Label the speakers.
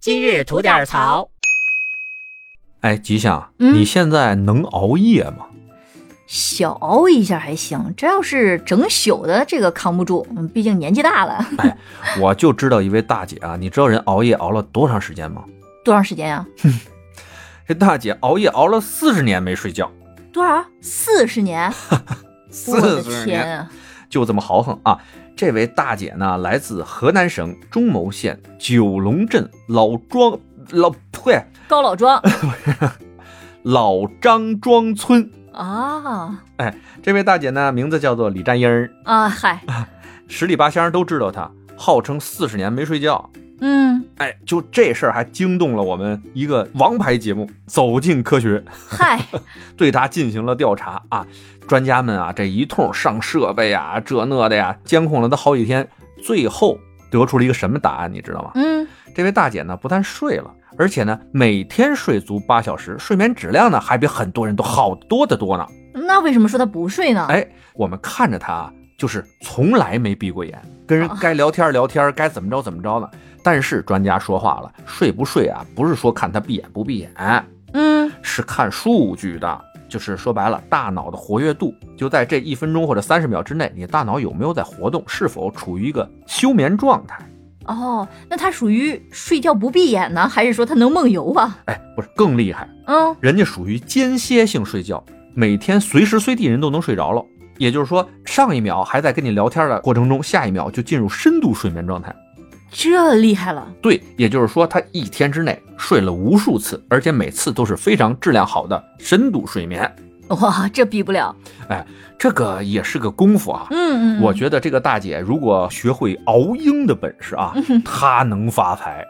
Speaker 1: 今日吐点槽。
Speaker 2: 哎，吉祥，
Speaker 3: 嗯
Speaker 2: 你现在能熬夜吗？
Speaker 3: 小熬一下还行，这要是整宿的，这个扛不住。嗯毕竟年纪大了，
Speaker 2: 我就知道一位大姐啊，你知道人熬夜熬了多长时间吗？
Speaker 3: 多长时间呀、
Speaker 2: 这大姐熬夜熬了四十年没睡觉，
Speaker 3: 多少？四十年？我
Speaker 2: 四
Speaker 3: 的
Speaker 2: 十
Speaker 3: 天
Speaker 2: 年
Speaker 3: 啊！
Speaker 2: 就这么豪横啊！这位大姐呢，来自河南省中牟县九龙镇老庄老呸
Speaker 3: 高老庄
Speaker 2: 老张庄村。
Speaker 3: 啊
Speaker 2: 这位大姐呢，名字叫做李占英儿，
Speaker 3: 啊！嗨，
Speaker 2: 十里八乡都知道她，号称四十年没睡觉。
Speaker 3: 嗯，
Speaker 2: 哎，就这事儿还惊动了我们一个王牌节目《走进科学》。
Speaker 3: 嗨，
Speaker 2: 对他进行了调查啊。专家们啊，这一通上设备啊，这那的呀，监控了他好几天，最后得出了一个什么答案，你知道吗？
Speaker 3: 嗯，
Speaker 2: 这位大姐呢，不但睡了，而且呢，每天睡足八小时，睡眠质量呢，还比很多人都好多得多呢。
Speaker 3: 那为什么说他不睡呢？
Speaker 2: 哎，我们看着她啊，就是从来没闭过眼，跟人该聊天聊天，该怎么着怎么着呢。但是专家说话了，睡不睡啊，不是说看她闭眼不闭眼，
Speaker 3: 嗯，
Speaker 2: 是看数据的，就是说白了，大脑的活跃度就在这一分钟或者三十秒之内，你大脑有没有在活动，是否处于一个休眠状态？
Speaker 3: 哦，那他属于睡觉不闭眼呢，还是说他能梦游啊？
Speaker 2: 哎，不是更厉害，
Speaker 3: 嗯，
Speaker 2: 人家属于间歇性睡觉，每天随时随地人都能睡着了。也就是说，上一秒还在跟你聊天的过程中，下一秒就进入深度睡眠状态。
Speaker 3: 这厉害了。
Speaker 2: 对，也就是说，他一天之内睡了无数次，而且每次都是非常质量好的深度睡眠。
Speaker 3: 哇，这比不了。
Speaker 2: 这个也是个功夫啊。
Speaker 3: 嗯嗯，
Speaker 2: 我觉得这个大姐如果学会熬鹰的本事啊，她能发财。